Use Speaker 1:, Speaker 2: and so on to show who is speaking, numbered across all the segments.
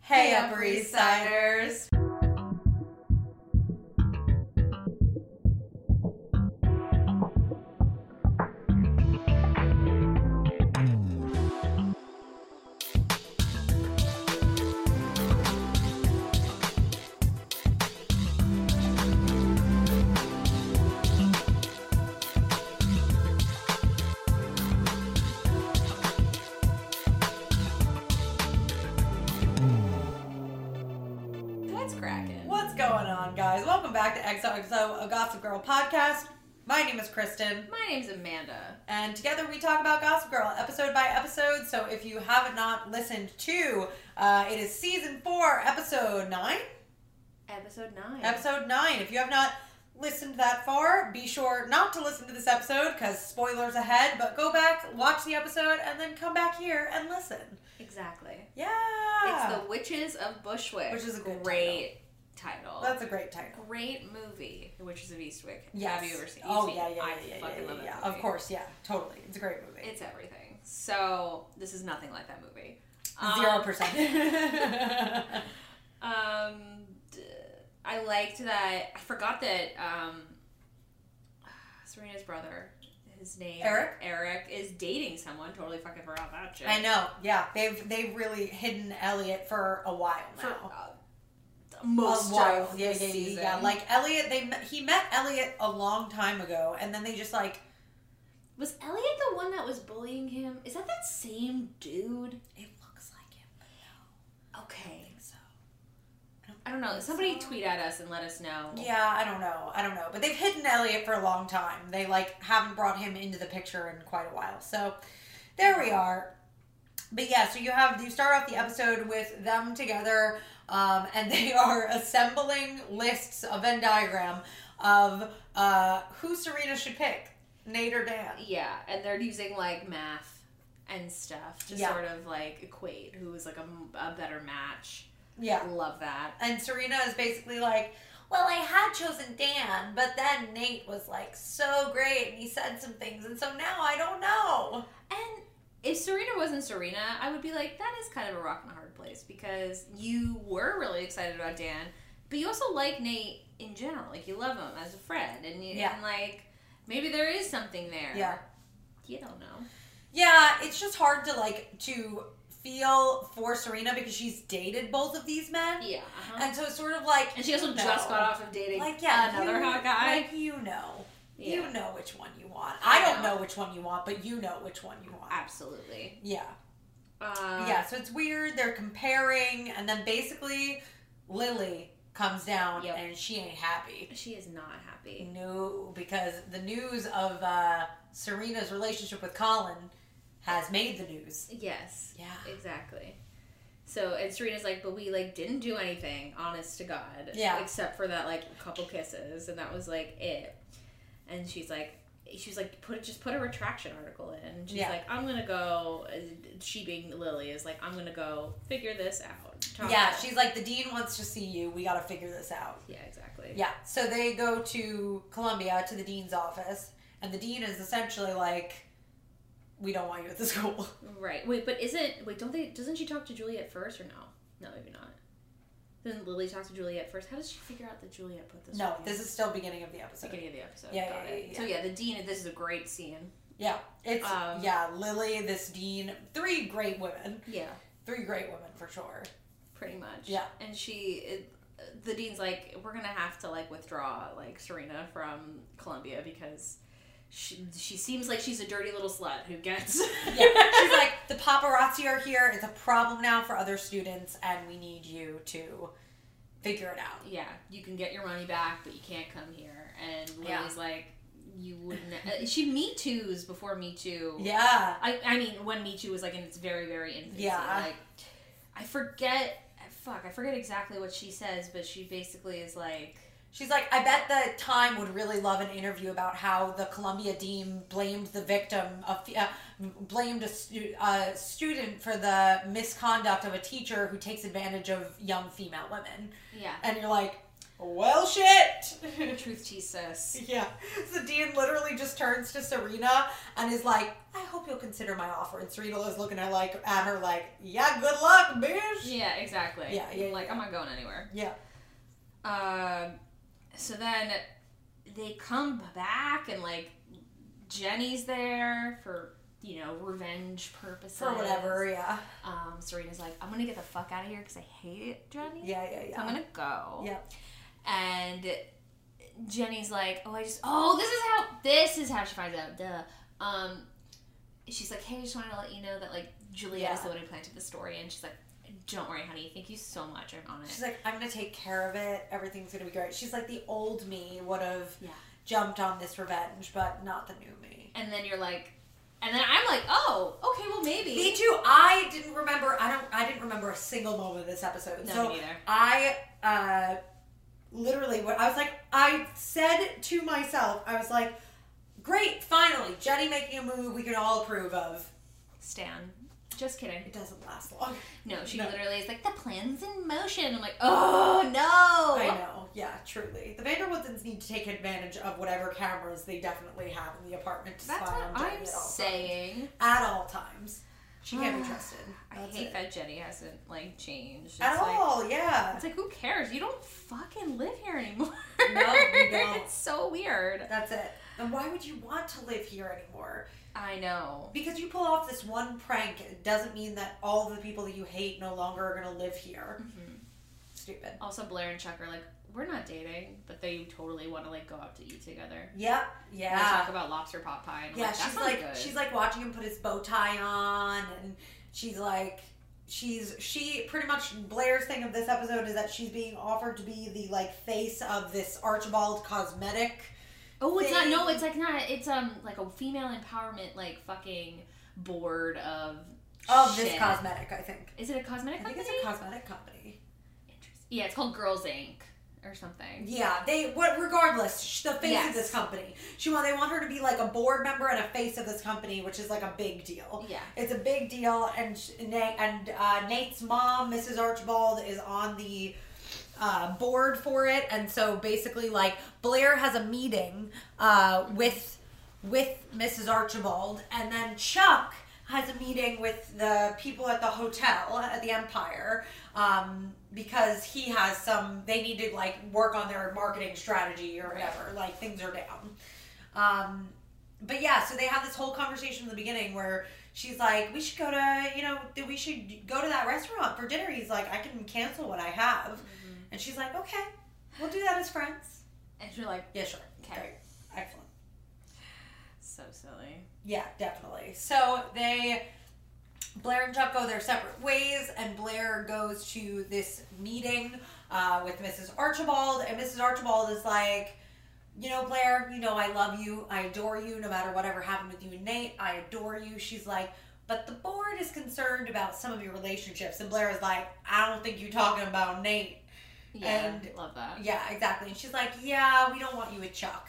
Speaker 1: Hey, Upper East Siders.
Speaker 2: That's cracking.
Speaker 1: What's going on, guys? Welcome back to XOXO, a Gossip Girl podcast. My name is Kristen,
Speaker 2: My name's Amanda.
Speaker 1: and together we talk about Gossip Girl episode by episode. So if you haven't not listened to, uh, it is season four, episode nine.
Speaker 2: Episode nine.
Speaker 1: Episode nine. If you have not listened that far, be sure not to listen to this episode because spoilers ahead. But go back, watch the episode, and then come back here and listen.
Speaker 2: exactly.
Speaker 1: Yeah,
Speaker 2: It's the Witches of Bushwick,
Speaker 1: Ah. Which is a good
Speaker 2: great title.
Speaker 1: that's a great title.
Speaker 2: great movie. The Witches of Eastwick.
Speaker 1: Yes.
Speaker 2: Have you ever seen?
Speaker 1: Oh
Speaker 2: seen-
Speaker 1: yeah, yeah, yeah,
Speaker 2: I
Speaker 1: yeah,
Speaker 2: fucking
Speaker 1: yeah,
Speaker 2: love
Speaker 1: yeah,
Speaker 2: that
Speaker 1: yeah.
Speaker 2: movie.
Speaker 1: Of course, yeah, totally. It's a great movie.
Speaker 2: It's everything. So this is nothing like that movie.
Speaker 1: Zero
Speaker 2: Um,
Speaker 1: percent.
Speaker 2: Um, d- I liked that. I forgot that. Um, Serena's brother, his name
Speaker 1: Eric?
Speaker 2: Eric is dating someone. Totally fucking forgot that shit.
Speaker 1: I know. Yeah, they've they've really hidden Elliot for a while
Speaker 2: For,
Speaker 1: now.
Speaker 2: uh, most
Speaker 1: a while.
Speaker 2: of
Speaker 1: Yeah,
Speaker 2: the
Speaker 1: yeah, yeah,
Speaker 2: season.
Speaker 1: yeah. Like Elliot, they met, he met Elliot a long time ago, and then they just like
Speaker 2: was Elliot the one that was bullying him? Is that that same dude?
Speaker 1: it looks like him. but no, I
Speaker 2: Okay,
Speaker 1: think so.
Speaker 2: I don't know. Somebody tweet at us and let us know.
Speaker 1: Yeah, I don't know. I don't know. But they've hidden Elliot for a long time. They like haven't brought him into the picture in quite a while. So there we are. But yeah, so you have you start off the episode with them together, um, and they are assembling lists of Venn diagram of uh, who Serena should pick, Nate or Dan.
Speaker 2: Yeah, and they're using like math and stuff to
Speaker 1: Yeah.
Speaker 2: sort of like equate who is like a, m- a better match.
Speaker 1: Yeah,
Speaker 2: Love that.
Speaker 1: and Serena is basically like, well, I had chosen Dan, but then Nate was like so great, and he said some things, and so now I don't know.
Speaker 2: And if Serena wasn't Serena, I would be like, that is kind of a rock and a hard place because you were really excited about Dan, but you also like Nate in general. Like you love him as a friend, and you
Speaker 1: Yeah.
Speaker 2: and like maybe there is something there.
Speaker 1: Yeah.
Speaker 2: you don't know.
Speaker 1: Yeah, it's just hard to like to feel for Serena because she's dated both of these men,
Speaker 2: Yeah, uh-huh.
Speaker 1: and so it's sort of like
Speaker 2: and she also
Speaker 1: Uh, you
Speaker 2: just
Speaker 1: know.
Speaker 2: got off of dating
Speaker 1: like yeah
Speaker 2: another
Speaker 1: you,
Speaker 2: hot guy.
Speaker 1: Like you know,
Speaker 2: yeah,
Speaker 1: you know which one you want.
Speaker 2: I
Speaker 1: I don't
Speaker 2: know.
Speaker 1: know which one you want, but you know which one you want.
Speaker 2: absolutely.
Speaker 1: Yeah,
Speaker 2: Uh,
Speaker 1: yeah. So it's weird. They're comparing, and then basically Lily comes down,
Speaker 2: Yep.
Speaker 1: and she ain't happy.
Speaker 2: she is not happy.
Speaker 1: No, because the news of uh, Serena's relationship with Colin has made the news.
Speaker 2: Yes,
Speaker 1: Yeah.
Speaker 2: Exactly. So and Serena's like, but we like didn't do anything, honest to God.
Speaker 1: Yeah.
Speaker 2: Except for that like couple kisses, and that was like it. And she's like, she was like, put just put a retraction article in. And she's
Speaker 1: Yeah.
Speaker 2: like, I'm gonna go. and She being Lily is like, I'm gonna go figure this out. Talk
Speaker 1: Yeah,
Speaker 2: about it."
Speaker 1: she's like, the dean wants to see you. We got to figure this out.
Speaker 2: Yeah. Exactly.
Speaker 1: Yeah, so they go to Columbia to the dean's office, and the dean is essentially like, "We don't want you at the school."
Speaker 2: Right. Wait, but is it? Wait, don't they? Doesn't she talk to Juliet first or no? No, maybe not. Then Lily talks to Juliet first. How does she figure out that Juliet put this?
Speaker 1: No,
Speaker 2: one in?
Speaker 1: this is still beginning of the episode.
Speaker 2: beginning of the episode.
Speaker 1: Yeah,
Speaker 2: Got
Speaker 1: yeah,
Speaker 2: it.
Speaker 1: yeah,
Speaker 2: So yeah, the dean. This is a great scene.
Speaker 1: Yeah, it's
Speaker 2: Um,
Speaker 1: yeah, Lily, this dean, three great women,
Speaker 2: Yeah,
Speaker 1: three great women for sure.
Speaker 2: pretty much.
Speaker 1: Yeah.
Speaker 2: and she, it, the dean's like, we're gonna have to like withdraw like Serena from Columbia because she she seems like she's a dirty little slut who gets.
Speaker 1: Yeah, she's like, the paparazzi are here. It's a problem now for other students, and we need you to figure it out.
Speaker 2: yeah, you can get your money back, but you can't come here. And Lily's
Speaker 1: Yeah.
Speaker 2: like, you wouldn't. Uh, she Me Too's before Me Too.
Speaker 1: Yeah,
Speaker 2: I, I mean, when Me Too was like in its very, very infancy.
Speaker 1: Yeah.
Speaker 2: Like, I forget, fuck, I forget exactly what she says, but she basically is like,
Speaker 1: She's like, I bet the Time would really love an interview about how the Columbia Dean blamed the victim, of, uh, blamed a, stu- a student for the misconduct of a teacher who takes advantage of young female women.
Speaker 2: yeah.
Speaker 1: And you're like, Well, shit.
Speaker 2: Truth she says.
Speaker 1: yeah. So Dean literally just turns to Serena and is like, "I hope you'll consider my offer." And Serena is looking at like at her like, "Yeah, good luck, bitch."
Speaker 2: Yeah, exactly.
Speaker 1: Yeah, yeah,
Speaker 2: like
Speaker 1: yeah.
Speaker 2: I'm not going anywhere.
Speaker 1: Yeah.
Speaker 2: Um, so then they come back and like Jenny's there for you know revenge purposes
Speaker 1: For whatever. Yeah.
Speaker 2: Um, Serena's like, I'm gonna get the fuck out of here because I hate Jenny.
Speaker 1: Yeah. Yeah.
Speaker 2: So I'm
Speaker 1: Yeah.
Speaker 2: gonna go.
Speaker 1: Yeah.
Speaker 2: And Jenny's like, oh, I just, oh, this is how, this is how she finds out. Duh. Um, she's like, hey, I just wanted to let you know that like Juliet is
Speaker 1: Yeah.
Speaker 2: the one who planted the story, and she's like, don't worry, honey. Thank you so much. I'm on
Speaker 1: She's
Speaker 2: it.
Speaker 1: like, I'm gonna take care of it. Everything's gonna be great. She's like, the old me would have
Speaker 2: Yeah.
Speaker 1: jumped on this revenge, but not the new me.
Speaker 2: And then you're like, and then I'm like, oh, okay, well maybe.
Speaker 1: Me too. I didn't remember. I don't. I didn't remember a single moment of this episode.
Speaker 2: no,
Speaker 1: so
Speaker 2: me neither.
Speaker 1: I uh, literally, what I was like, I said to myself, I was like, great, finally, Jenny making a move we can all approve of.
Speaker 2: Stan. Just kidding.
Speaker 1: It doesn't last long.
Speaker 2: No, she
Speaker 1: No.
Speaker 2: literally is like, the plan's in motion. I'm like, oh no.
Speaker 1: I know. Yeah, truly. The Vanderwoodsons need to take advantage of whatever cameras they definitely have in the apartment to
Speaker 2: That's
Speaker 1: spy
Speaker 2: what
Speaker 1: on Jenny
Speaker 2: I'm
Speaker 1: at all
Speaker 2: saying.
Speaker 1: times. At all times, she can't be trusted.
Speaker 2: I
Speaker 1: That's
Speaker 2: hate
Speaker 1: it.
Speaker 2: that Jenny hasn't like changed. It's
Speaker 1: At
Speaker 2: like,
Speaker 1: all, yeah.
Speaker 2: It's like who cares? You don't fucking live here anymore.
Speaker 1: No, you don't.
Speaker 2: it's so weird.
Speaker 1: That's it. And why would you want to live here anymore?
Speaker 2: I know.
Speaker 1: Because you pull off this one prank, it doesn't mean that all the people that you hate no longer are going to live here.
Speaker 2: Mm-hmm.
Speaker 1: Stupid.
Speaker 2: Also, Blair and Chuck are like, we're not dating, but they totally want to like go out to eat together.
Speaker 1: Yep.
Speaker 2: And they talk
Speaker 1: Yeah.
Speaker 2: about lobster pot pie. And I'm
Speaker 1: Yeah.
Speaker 2: like, that
Speaker 1: She's
Speaker 2: sounds
Speaker 1: like
Speaker 2: good.
Speaker 1: she's like watching him put his bow tie on, and she's like she's she pretty much Blair's thing of this episode is that she's being offered to be the like face of this Archibald cosmetic.
Speaker 2: oh, it's not. No,
Speaker 1: thing.
Speaker 2: it's like not. It's um like a female empowerment like fucking board of
Speaker 1: Of this
Speaker 2: shit.
Speaker 1: cosmetic, I think.
Speaker 2: Is it a cosmetic
Speaker 1: I think
Speaker 2: company?
Speaker 1: it's a cosmetic company.
Speaker 2: Interesting. Yeah, it's called Girls Inc. or something.
Speaker 1: Yeah, they what regardless, sh- the face
Speaker 2: Yes.
Speaker 1: of this company. She want they want her to be like a board member and a face of this company, which is like a big deal.
Speaker 2: Yeah.
Speaker 1: It's a big deal, and sh- Nate and uh, Nate's mom, Mrs. Archibald, is on the uh, board for it, and so basically, like Blair has a meeting uh, with with Mrs. Archibald, and then Chuck has a meeting with the people at the hotel at the Empire um, because he has some. They need to like work on their marketing strategy or whatever. Like things are down. Um, but yeah, so they have this whole conversation in the beginning where she's like, "We should go to you know that we should go to that restaurant for dinner." He's like, "I can cancel what I have," and she's like, "Okay, we'll do that as friends."
Speaker 2: And you're like,
Speaker 1: Yeah, sure.
Speaker 2: Okay.
Speaker 1: Great. excellent.
Speaker 2: so silly.
Speaker 1: Yeah, definitely. So they, Blair and Chuck go their separate ways, and Blair goes to this meeting uh, with Mrs. Archibald, and Mrs. Archibald is like, you know, Blair, you know, I love you. I adore you. No matter whatever happened with you and Nate, I adore you. She's like, but the board is concerned about some of your relationships. And Blair is like, I don't think you're talking about Nate.
Speaker 2: Yeah,
Speaker 1: And-
Speaker 2: love that.
Speaker 1: Yeah, exactly. And she's like, yeah, we don't want you with Chuck.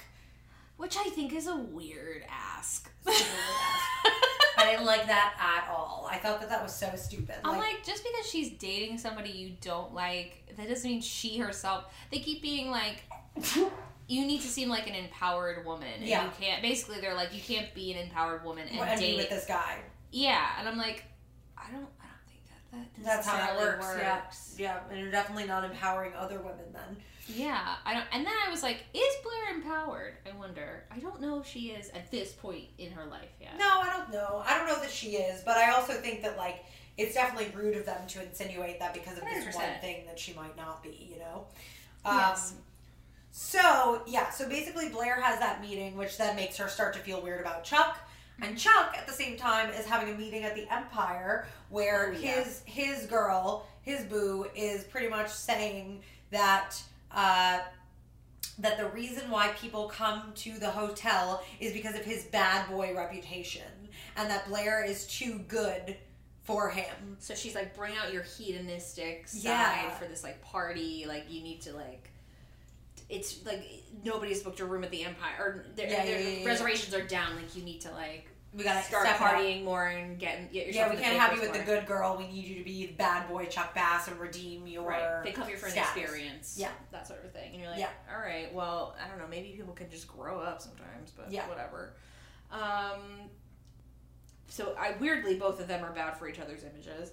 Speaker 2: Which I think is a weird ask.
Speaker 1: It's a weird I didn't like that at all. I thought that that was so stupid.
Speaker 2: I'm like, just because she's dating somebody you don't like, that doesn't mean she herself. They keep being like, you need to seem like an empowered woman. And
Speaker 1: Yeah.
Speaker 2: You can't. Basically, they're like, you can't be an empowered woman and
Speaker 1: We're envy
Speaker 2: date.
Speaker 1: with this guy.
Speaker 2: yeah, and I'm like, I don't. I don't think that that
Speaker 1: That's how it
Speaker 2: necessarily
Speaker 1: works. Yeah, and you're definitely not empowering other women then.
Speaker 2: Yeah, I don't. And then I was like, is Blair empowered? I wonder. I don't know if she is at this point in her life yet.
Speaker 1: No, I don't know. I don't know that she is, but I also think that like it's definitely rude of them to insinuate that because of this one
Speaker 2: 100%.
Speaker 1: thing that she might not be. You know. Um,
Speaker 2: Yes.
Speaker 1: So yeah, so basically Blair has that meeting, which then makes her start to feel weird about Chuck.
Speaker 2: Mm-hmm.
Speaker 1: And Chuck, at the same time, is having a meeting at the Empire where
Speaker 2: Oh, yeah.
Speaker 1: his his girl, his boo, is pretty much saying that uh, that the reason why people come to the hotel is because of his bad boy reputation, and that Blair is too good for him.
Speaker 2: So she's like, bring out your hedonistic side
Speaker 1: Yeah.
Speaker 2: for this like party. Like you need to like, it's like nobody's booked a room at the Empire or their,
Speaker 1: Yeah,
Speaker 2: their
Speaker 1: yeah, yeah, yeah.
Speaker 2: reservations are down. Like you need to like
Speaker 1: we gotta
Speaker 2: start
Speaker 1: step it up.
Speaker 2: partying more and get get
Speaker 1: Yeah,
Speaker 2: yourself.
Speaker 1: we
Speaker 2: in the
Speaker 1: can't have you
Speaker 2: papers
Speaker 1: with the
Speaker 2: more.
Speaker 1: good girl. We need you to be the bad boy Chuck Bass and redeem your.
Speaker 2: Right. They come here for an
Speaker 1: status.
Speaker 2: experience.
Speaker 1: Yeah.
Speaker 2: That sort of thing. And you're like,
Speaker 1: Yeah.
Speaker 2: all right, well, I don't know, maybe people can just grow up sometimes, but
Speaker 1: Yeah.
Speaker 2: whatever. Um, so I weirdly both of them are bad for each other's images.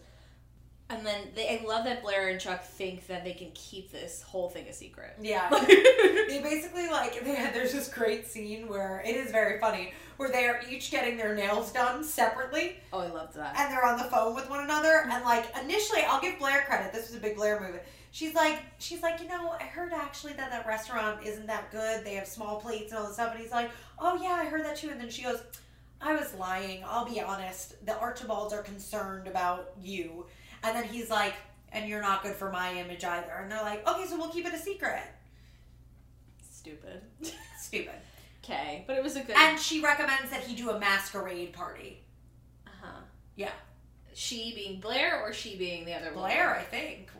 Speaker 2: And then they, I love that Blair and Chuck think that they can keep this whole thing a secret.
Speaker 1: Yeah.
Speaker 2: Like-
Speaker 1: They basically like they had, there's this great scene where it is very funny where they are each getting their nails done separately
Speaker 2: oh, I loved that.
Speaker 1: and they're on the phone with one another and like initially I'll give Blair credit this was a big Blair move. She's like she's like you know I heard actually that that restaurant isn't that good they have small plates and all this stuff and he's like oh yeah I heard that too and then she goes I was lying I'll be honest the Archibalds are concerned about you and then he's like and you're not good for my image either and they're like okay so we'll keep it a secret
Speaker 2: Stupid.
Speaker 1: stupid.
Speaker 2: Okay. But it was a good. Uh
Speaker 1: And she recommends that he do a masquerade party.
Speaker 2: huh.
Speaker 1: Yeah.
Speaker 2: uh-huh. She being Blair or she being the other
Speaker 1: Blair,
Speaker 2: woman?
Speaker 1: I think.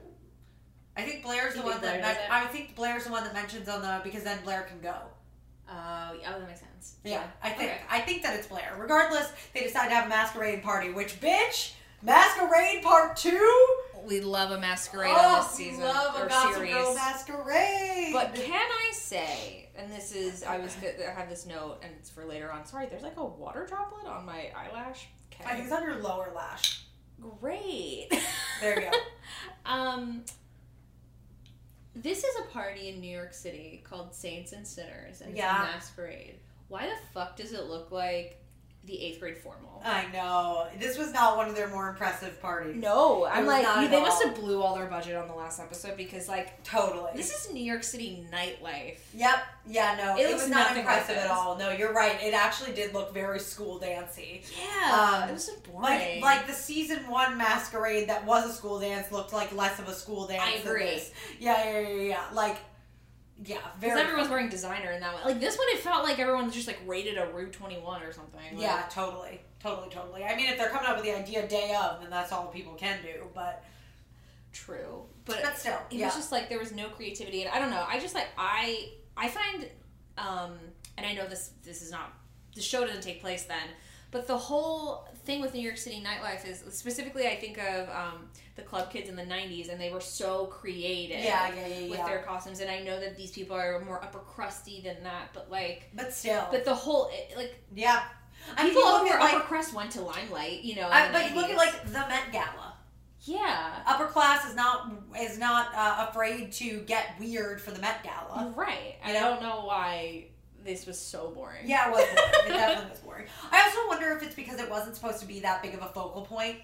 Speaker 1: I think Blair's the
Speaker 2: You
Speaker 1: one
Speaker 2: think
Speaker 1: that
Speaker 2: Blair does
Speaker 1: men-
Speaker 2: it?
Speaker 1: I think Blair's the one that mentions on the because then Blair can go.
Speaker 2: Oh, yeah, oh, that makes sense.
Speaker 1: I think
Speaker 2: Okay.
Speaker 1: I think that it's Blair. Regardless, they decide to have a masquerade party, which bitch, masquerade part two.
Speaker 2: We love a masquerade
Speaker 1: oh,
Speaker 2: on this season
Speaker 1: we love
Speaker 2: or
Speaker 1: a Gossip
Speaker 2: series.
Speaker 1: Girl masquerade.
Speaker 2: but can I say, and this is, I was, I have this note, and it's for later on. Sorry, there's like a water droplet on my eyelash.
Speaker 1: I think
Speaker 2: Okay,
Speaker 1: it's on your lower lash.
Speaker 2: great.
Speaker 1: There you go.
Speaker 2: um, this is a party in New York City called Saints and Sinners, and
Speaker 1: Yeah.
Speaker 2: it's a masquerade. Why the fuck does it look like the eighth grade formal?
Speaker 1: I know this was not one of their more impressive parties.
Speaker 2: No,
Speaker 1: It
Speaker 2: I'm
Speaker 1: was
Speaker 2: like,
Speaker 1: not at
Speaker 2: they must
Speaker 1: all.
Speaker 2: have blew all their budget on the last episode because like
Speaker 1: totally.
Speaker 2: this is New York City nightlife.
Speaker 1: Yep. Yeah. No,
Speaker 2: It
Speaker 1: it,
Speaker 2: looks
Speaker 1: was not
Speaker 2: nothing like
Speaker 1: impressive at
Speaker 2: this.
Speaker 1: all. No, you're right. It actually did look very school dancey.
Speaker 2: Yeah,
Speaker 1: Um,
Speaker 2: it was so
Speaker 1: Like
Speaker 2: boring.
Speaker 1: like the season one masquerade that was a school dance looked like less of a school dance.
Speaker 2: I
Speaker 1: than
Speaker 2: agree.
Speaker 1: this. Yeah, yeah, yeah, yeah. Like, yeah,
Speaker 2: because
Speaker 1: very.
Speaker 2: everyone's wearing designer in that one. Like this one, it felt like everyone was just like rated a Rue Twenty One or something. Like,
Speaker 1: yeah, totally, totally, totally. I mean, if they're coming up with the idea day of, then that's all people can do. But
Speaker 2: true. But
Speaker 1: but still,
Speaker 2: it
Speaker 1: yeah,
Speaker 2: was just like there was no creativity, and I don't know. I just like I I find, um, and I know this this is not the show doesn't take place then, but the whole thing with New York City nightlife is specifically I think of um, the club kids in the '90s, and they were so creative.
Speaker 1: yeah, yeah, yeah,
Speaker 2: With
Speaker 1: yeah.
Speaker 2: their costumes, and I know that these people are more upper crusty than that, but like,
Speaker 1: but still,
Speaker 2: but the whole it, like
Speaker 1: yeah. I mean,
Speaker 2: people
Speaker 1: you look
Speaker 2: over
Speaker 1: at
Speaker 2: upper
Speaker 1: like,
Speaker 2: crust went to limelight, you know. in
Speaker 1: I,
Speaker 2: the
Speaker 1: but you look at
Speaker 2: 90s.
Speaker 1: like the Met Gala.
Speaker 2: yeah,
Speaker 1: upper class is not is not uh, afraid to get weird for the Met Gala.
Speaker 2: you're right. I
Speaker 1: You know?
Speaker 2: don't know why this was so boring.
Speaker 1: Yeah, it was. boring. it definitely was boring. I also wonder if it's because it wasn't supposed to be that big of a focal point.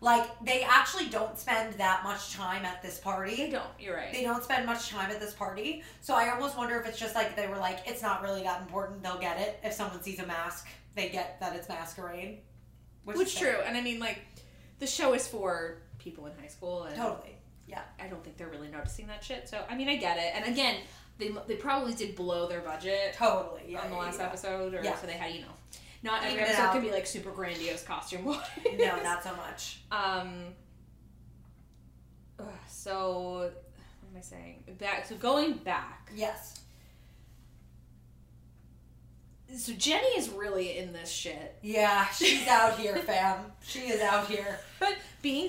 Speaker 1: Like they actually don't spend that much time at this
Speaker 2: they
Speaker 1: party.
Speaker 2: don't. You're right.
Speaker 1: They don't spend much time at this party, so I almost wonder if it's just like they were like, it's not really that important. They'll get it if someone sees a mask. They get that it's masquerade, which,
Speaker 2: Which
Speaker 1: is
Speaker 2: is true, and I mean like the show is for people in high school, and
Speaker 1: Totally.
Speaker 2: I don't think they're really noticing that shit. So I mean, I get it. And again, they they probably did blow their budget
Speaker 1: Totally. Yeah.
Speaker 2: on the
Speaker 1: yeah,
Speaker 2: last
Speaker 1: yeah.
Speaker 2: episode, or
Speaker 1: Yeah.
Speaker 2: so they had you know. Not every
Speaker 1: Even it
Speaker 2: episode
Speaker 1: out.
Speaker 2: could be like super grandiose costume wise.
Speaker 1: No, not so much.
Speaker 2: Um. ugh, so, what am I saying? Back. So going back.
Speaker 1: Yes.
Speaker 2: So Jenny is really in this shit,
Speaker 1: Yeah, she's out here, fam. She is out here.
Speaker 2: but being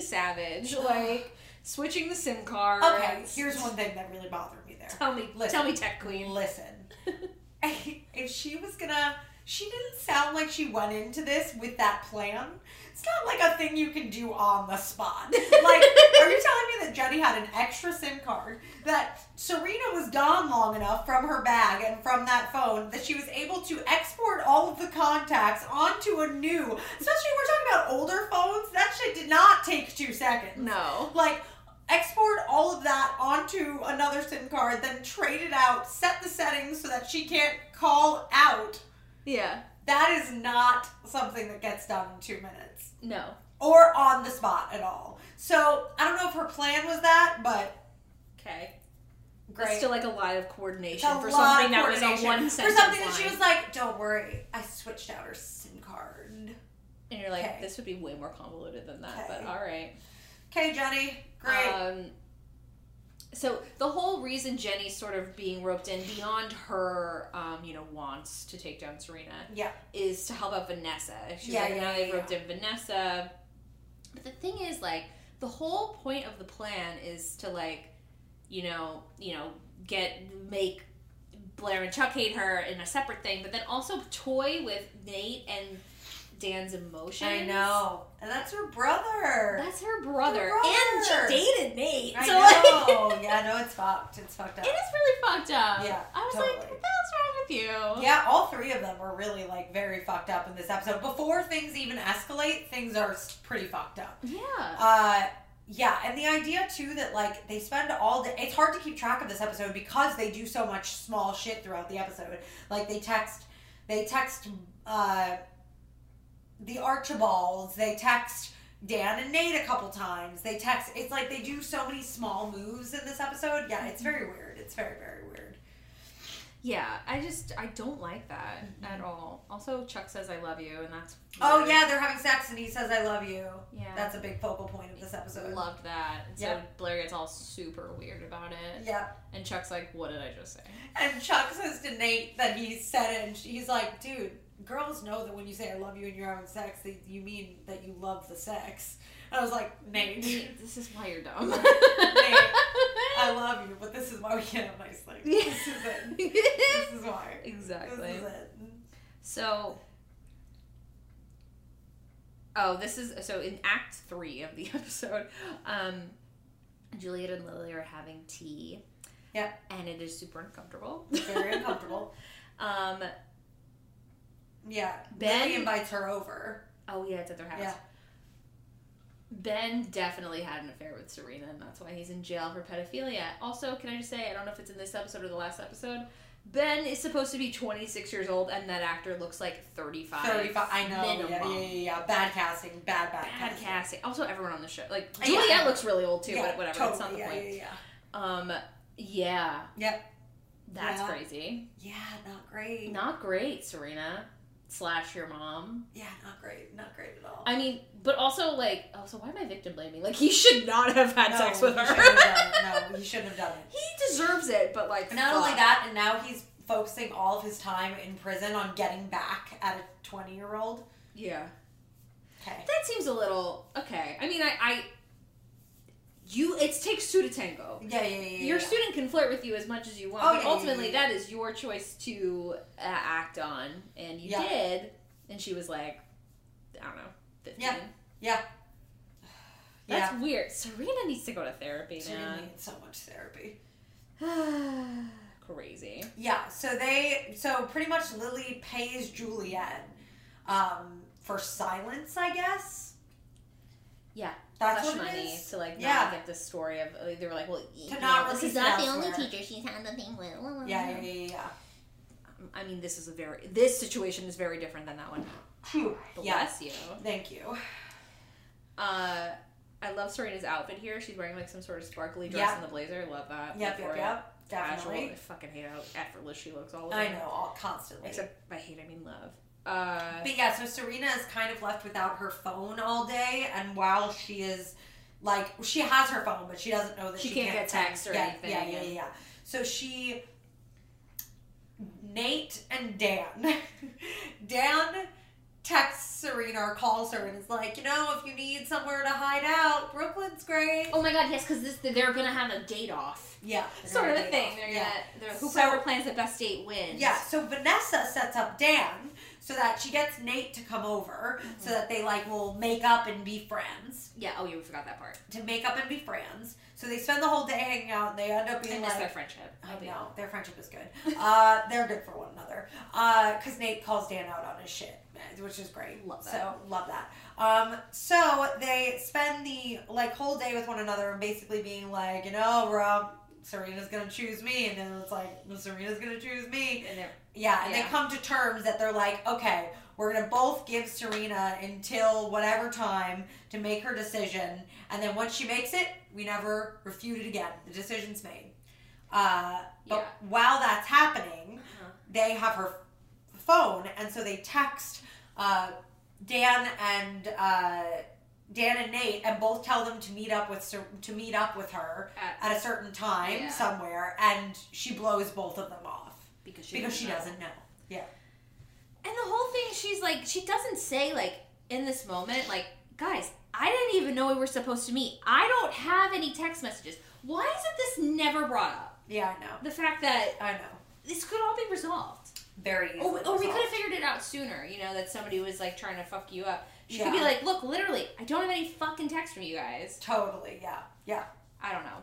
Speaker 2: savage, like switching the SIM card.
Speaker 1: Okay, here's one thing that really bothered me there.
Speaker 2: Tell me.
Speaker 1: Listen.
Speaker 2: Tell me, tech queen.
Speaker 1: Listen, if she was gonna, she didn't sound like she went into this with that plan. It's not like a thing you can do on the spot. Like, are you telling me that Jenny had an extra SIM card that Serena was gone long enough from her bag and from that phone that she was able to export all of the contacts onto a new, especially we're talking about older phones, that shit did not take two seconds
Speaker 2: No.
Speaker 1: like export all of that onto another SIM card, then trade it out, set the settings so that she can't call out.
Speaker 2: Yeah.
Speaker 1: That is not something that gets done in two minutes
Speaker 2: No.
Speaker 1: or on the spot at all. So I don't know if her plan was that, but
Speaker 2: Okay. It's
Speaker 1: great.
Speaker 2: still like a lot of coordination
Speaker 1: It's a
Speaker 2: for
Speaker 1: lot
Speaker 2: something
Speaker 1: of
Speaker 2: that was on
Speaker 1: coordination
Speaker 2: one
Speaker 1: for
Speaker 2: sentence.
Speaker 1: something that she
Speaker 2: line.
Speaker 1: was like, "Don't worry, I switched out her SIM card."
Speaker 2: and you're like,
Speaker 1: Okay.
Speaker 2: this would be way more convoluted than that. But
Speaker 1: Okay.
Speaker 2: all right.
Speaker 1: Okay, Jenny, great.
Speaker 2: Um, so the whole reason Jenny's sort of being roped in beyond her, um, you know, wants to take down Serena
Speaker 1: Yeah.
Speaker 2: is to help out Vanessa. She's
Speaker 1: Yeah,
Speaker 2: like,
Speaker 1: yeah,
Speaker 2: now
Speaker 1: yeah,
Speaker 2: they've
Speaker 1: yeah.
Speaker 2: roped in Vanessa. But the thing is, like, the whole point of the plan is to like, you know, you know, get make Blair and Chuck hate her in a separate thing, but then also toy with Nate and Dan's emotions.
Speaker 1: I know. And that's her brother.
Speaker 2: That's her brother.
Speaker 1: Her brother.
Speaker 2: And she dated Nate.
Speaker 1: I
Speaker 2: so
Speaker 1: know.
Speaker 2: like
Speaker 1: yeah, no, it's fucked. It's fucked up.
Speaker 2: it is really fucked up.
Speaker 1: Yeah,
Speaker 2: I was like,
Speaker 1: totally.
Speaker 2: what the hell's wrong with you?
Speaker 1: Yeah, all three of them were really like very fucked up in this episode. Before things even escalate, things are s- pretty fucked up.
Speaker 2: Yeah.
Speaker 1: Uh, yeah, and the idea too that like they spend all day. It's hard to keep track of this episode because they do so much small shit throughout the episode. Like they text, they text uh, the Archibalds. They text Dan and Nate a couple times. They text. It's like they do so many small moves in this episode. Yeah,
Speaker 2: Mm-hmm.
Speaker 1: it's very weird. It's very very weird.
Speaker 2: Yeah, I just I don't like that at all. Also, Chuck says I love you, and that's
Speaker 1: Mm-hmm. Oh
Speaker 2: weird.
Speaker 1: yeah, they're having sex and he says I love you.
Speaker 2: yeah,
Speaker 1: That's a big focal point of this episode.
Speaker 2: loved that. And so
Speaker 1: Yeah.
Speaker 2: Blair gets all super weird about it,
Speaker 1: Yeah.
Speaker 2: and Chuck's like, "What did I just say?"
Speaker 1: And Chuck says to Nate that he said it, and he's like, dude, girls know that when you say I love you and you're having sex, that you mean that you love the sex. And I was like, Nate, Nate,
Speaker 2: Nate, this is why you're dumb.
Speaker 1: I love you, but this is why we can't have nice things.
Speaker 2: Yeah.
Speaker 1: This is it. This is why.
Speaker 2: exactly.
Speaker 1: This is it.
Speaker 2: So. Oh, this is so in Act Three of the episode. Um, Juliet and Lily are having tea.
Speaker 1: Yep.
Speaker 2: and it is super uncomfortable.
Speaker 1: It's very uncomfortable.
Speaker 2: Um,
Speaker 1: Yeah.
Speaker 2: Ben-
Speaker 1: Lily invites her over.
Speaker 2: Oh yeah, it's at their house.
Speaker 1: Yeah.
Speaker 2: Ben definitely had an affair with Serena, and that's why he's in jail for pedophilia. Also, can I just say, I don't know if it's in this episode or the last episode. Ben is supposed to be 26 years old, and that actor looks like 35.
Speaker 1: 35. I know.
Speaker 2: Minimum.
Speaker 1: Yeah, yeah, yeah, yeah. Bad casting. Bad, bad,
Speaker 2: Bad
Speaker 1: casting.
Speaker 2: casting. Also, everyone on the show, like
Speaker 1: Yeah.
Speaker 2: Juliet, looks really old too,
Speaker 1: Yeah,
Speaker 2: but whatever.
Speaker 1: Totally.
Speaker 2: That's not the
Speaker 1: yeah,
Speaker 2: point.
Speaker 1: yeah, yeah.
Speaker 2: Um, yeah.
Speaker 1: Yep.
Speaker 2: That's
Speaker 1: Yeah.
Speaker 2: crazy.
Speaker 1: Yeah, not great.
Speaker 2: Not great, Serena slash your mom.
Speaker 1: Yeah, not great. Not great at all.
Speaker 2: I mean, but also like, also why am I victim blaming? Like he should not have had
Speaker 1: no,
Speaker 2: sex with
Speaker 1: he
Speaker 2: her.
Speaker 1: shouldn't have done it. No, he shouldn't have done it.
Speaker 2: He deserves it, but like
Speaker 1: Not
Speaker 2: fuck.
Speaker 1: only that, and now he's focusing all of his time in prison on getting back at a 20 year old.
Speaker 2: Yeah.
Speaker 1: Okay.
Speaker 2: That seems a little okay. I mean I, I you it takes two to tango.
Speaker 1: Yeah, yeah, yeah. yeah,
Speaker 2: Your
Speaker 1: yeah.
Speaker 2: student can flirt with you as much as you want,
Speaker 1: Oh,
Speaker 2: but
Speaker 1: yeah, yeah,
Speaker 2: ultimately
Speaker 1: yeah, yeah.
Speaker 2: that is your choice to uh, act on, and you
Speaker 1: Yeah.
Speaker 2: did. And she was like, I don't know, fifteen.
Speaker 1: Yeah, yeah.
Speaker 2: That's
Speaker 1: yeah.
Speaker 2: weird. Serena needs to go to therapy
Speaker 1: She
Speaker 2: now.
Speaker 1: didn't need so much therapy.
Speaker 2: Crazy.
Speaker 1: Yeah, so they, so pretty much Lily pays Juliet um, for silence, I guess.
Speaker 2: Yeah.
Speaker 1: That's
Speaker 2: Hush
Speaker 1: what
Speaker 2: money
Speaker 1: it is.
Speaker 2: to like
Speaker 1: Yeah.
Speaker 2: not get the story of like, they were like, well, you
Speaker 1: To
Speaker 2: know,
Speaker 1: not
Speaker 2: this
Speaker 1: release
Speaker 2: is not
Speaker 1: it
Speaker 2: the only
Speaker 1: elsewhere.
Speaker 2: teacher she's had the thing with.
Speaker 1: Yeah, yeah, yeah, yeah.
Speaker 2: I mean, this is a very this situation is very different than that one.
Speaker 1: Phew. Yeah.
Speaker 2: Bless you.
Speaker 1: Thank you.
Speaker 2: Uh, I love Serena's outfit here. She's wearing like some sort of sparkly dress
Speaker 1: Yeah.
Speaker 2: and the blazer. Love that.
Speaker 1: Yep,
Speaker 2: Go
Speaker 1: yep,
Speaker 2: for it.
Speaker 1: yep.
Speaker 2: Casual. I
Speaker 1: Definitely.
Speaker 2: fucking hate how effortless she looks all the
Speaker 1: I
Speaker 2: time.
Speaker 1: know, all constantly.
Speaker 2: Except by hate, I mean love. Uh,
Speaker 1: But yeah, so Serena is kind of left without her phone all day, and while she is like, she has her phone, but she doesn't know that
Speaker 2: She
Speaker 1: she,
Speaker 2: can't get text or
Speaker 1: yeah,
Speaker 2: anything,
Speaker 1: Yeah, yeah, yeah,
Speaker 2: and-
Speaker 1: yeah. So she, Nate and Dan, Dan texts Serena or calls her and is like, you know, if you need somewhere to hide out, Brooklyn's great.
Speaker 2: oh my god, yes, because this they're gonna have a date off.
Speaker 1: Yeah,
Speaker 2: Sort of a
Speaker 1: They
Speaker 2: thing.
Speaker 1: go.
Speaker 2: They're
Speaker 1: yeah.
Speaker 2: gonna they're,
Speaker 1: So-
Speaker 2: whoever plans the best date wins.
Speaker 1: Yeah, so Vanessa sets up Dan so that she gets Nate to come over
Speaker 2: Mm-hmm.
Speaker 1: so that they like will make up and be friends.
Speaker 2: Yeah. Oh, yeah, we forgot that part.
Speaker 1: To make up and be friends. So they spend the whole day hanging out and they end up
Speaker 2: I
Speaker 1: being
Speaker 2: miss their
Speaker 1: like
Speaker 2: friendship.
Speaker 1: I
Speaker 2: I'll be-
Speaker 1: know, their friendship is good. Uh, they're good for one another. Uh, cause Nate calls Dan out on his shit, which is great.
Speaker 2: Love that.
Speaker 1: So love that. Um, so they spend the like whole day with one another and basically being like, you know, Rob, Serena's gonna choose me, and then it's like Serena's gonna choose me.
Speaker 2: And they're
Speaker 1: Yeah, and
Speaker 2: Yeah.
Speaker 1: they come to terms that they're like, okay, we're gonna both give Serena until whatever time to make her decision, and then once she makes it, we never refute it again. The decision's made. Uh, but
Speaker 2: Yeah.
Speaker 1: while that's happening,
Speaker 2: Uh-huh.
Speaker 1: they have her phone, and so they text uh, Dan and uh, Dan and Nate and both tell them to meet up with cer- to meet up with her
Speaker 2: At-
Speaker 1: at a certain time
Speaker 2: Yeah.
Speaker 1: somewhere, and she blows both of them off
Speaker 2: because she
Speaker 1: because she
Speaker 2: know.
Speaker 1: doesn't know. Yeah,
Speaker 2: And the whole thing, she's like, she doesn't say like in this moment, like, guys, I didn't even know we were supposed to meet. I don't have any text messages. Why is it this never brought up?
Speaker 1: yeah, I know,
Speaker 2: The fact that
Speaker 1: I know,
Speaker 2: this could all be resolved,
Speaker 1: very easily.
Speaker 2: or, or Oh, we could
Speaker 1: resolved.
Speaker 2: have figured it out sooner. You know that somebody was like trying to fuck you up. She could
Speaker 1: Yeah.
Speaker 2: be like, look, literally, I don't have any fucking text from you guys.
Speaker 1: totally, yeah, yeah,
Speaker 2: I don't know.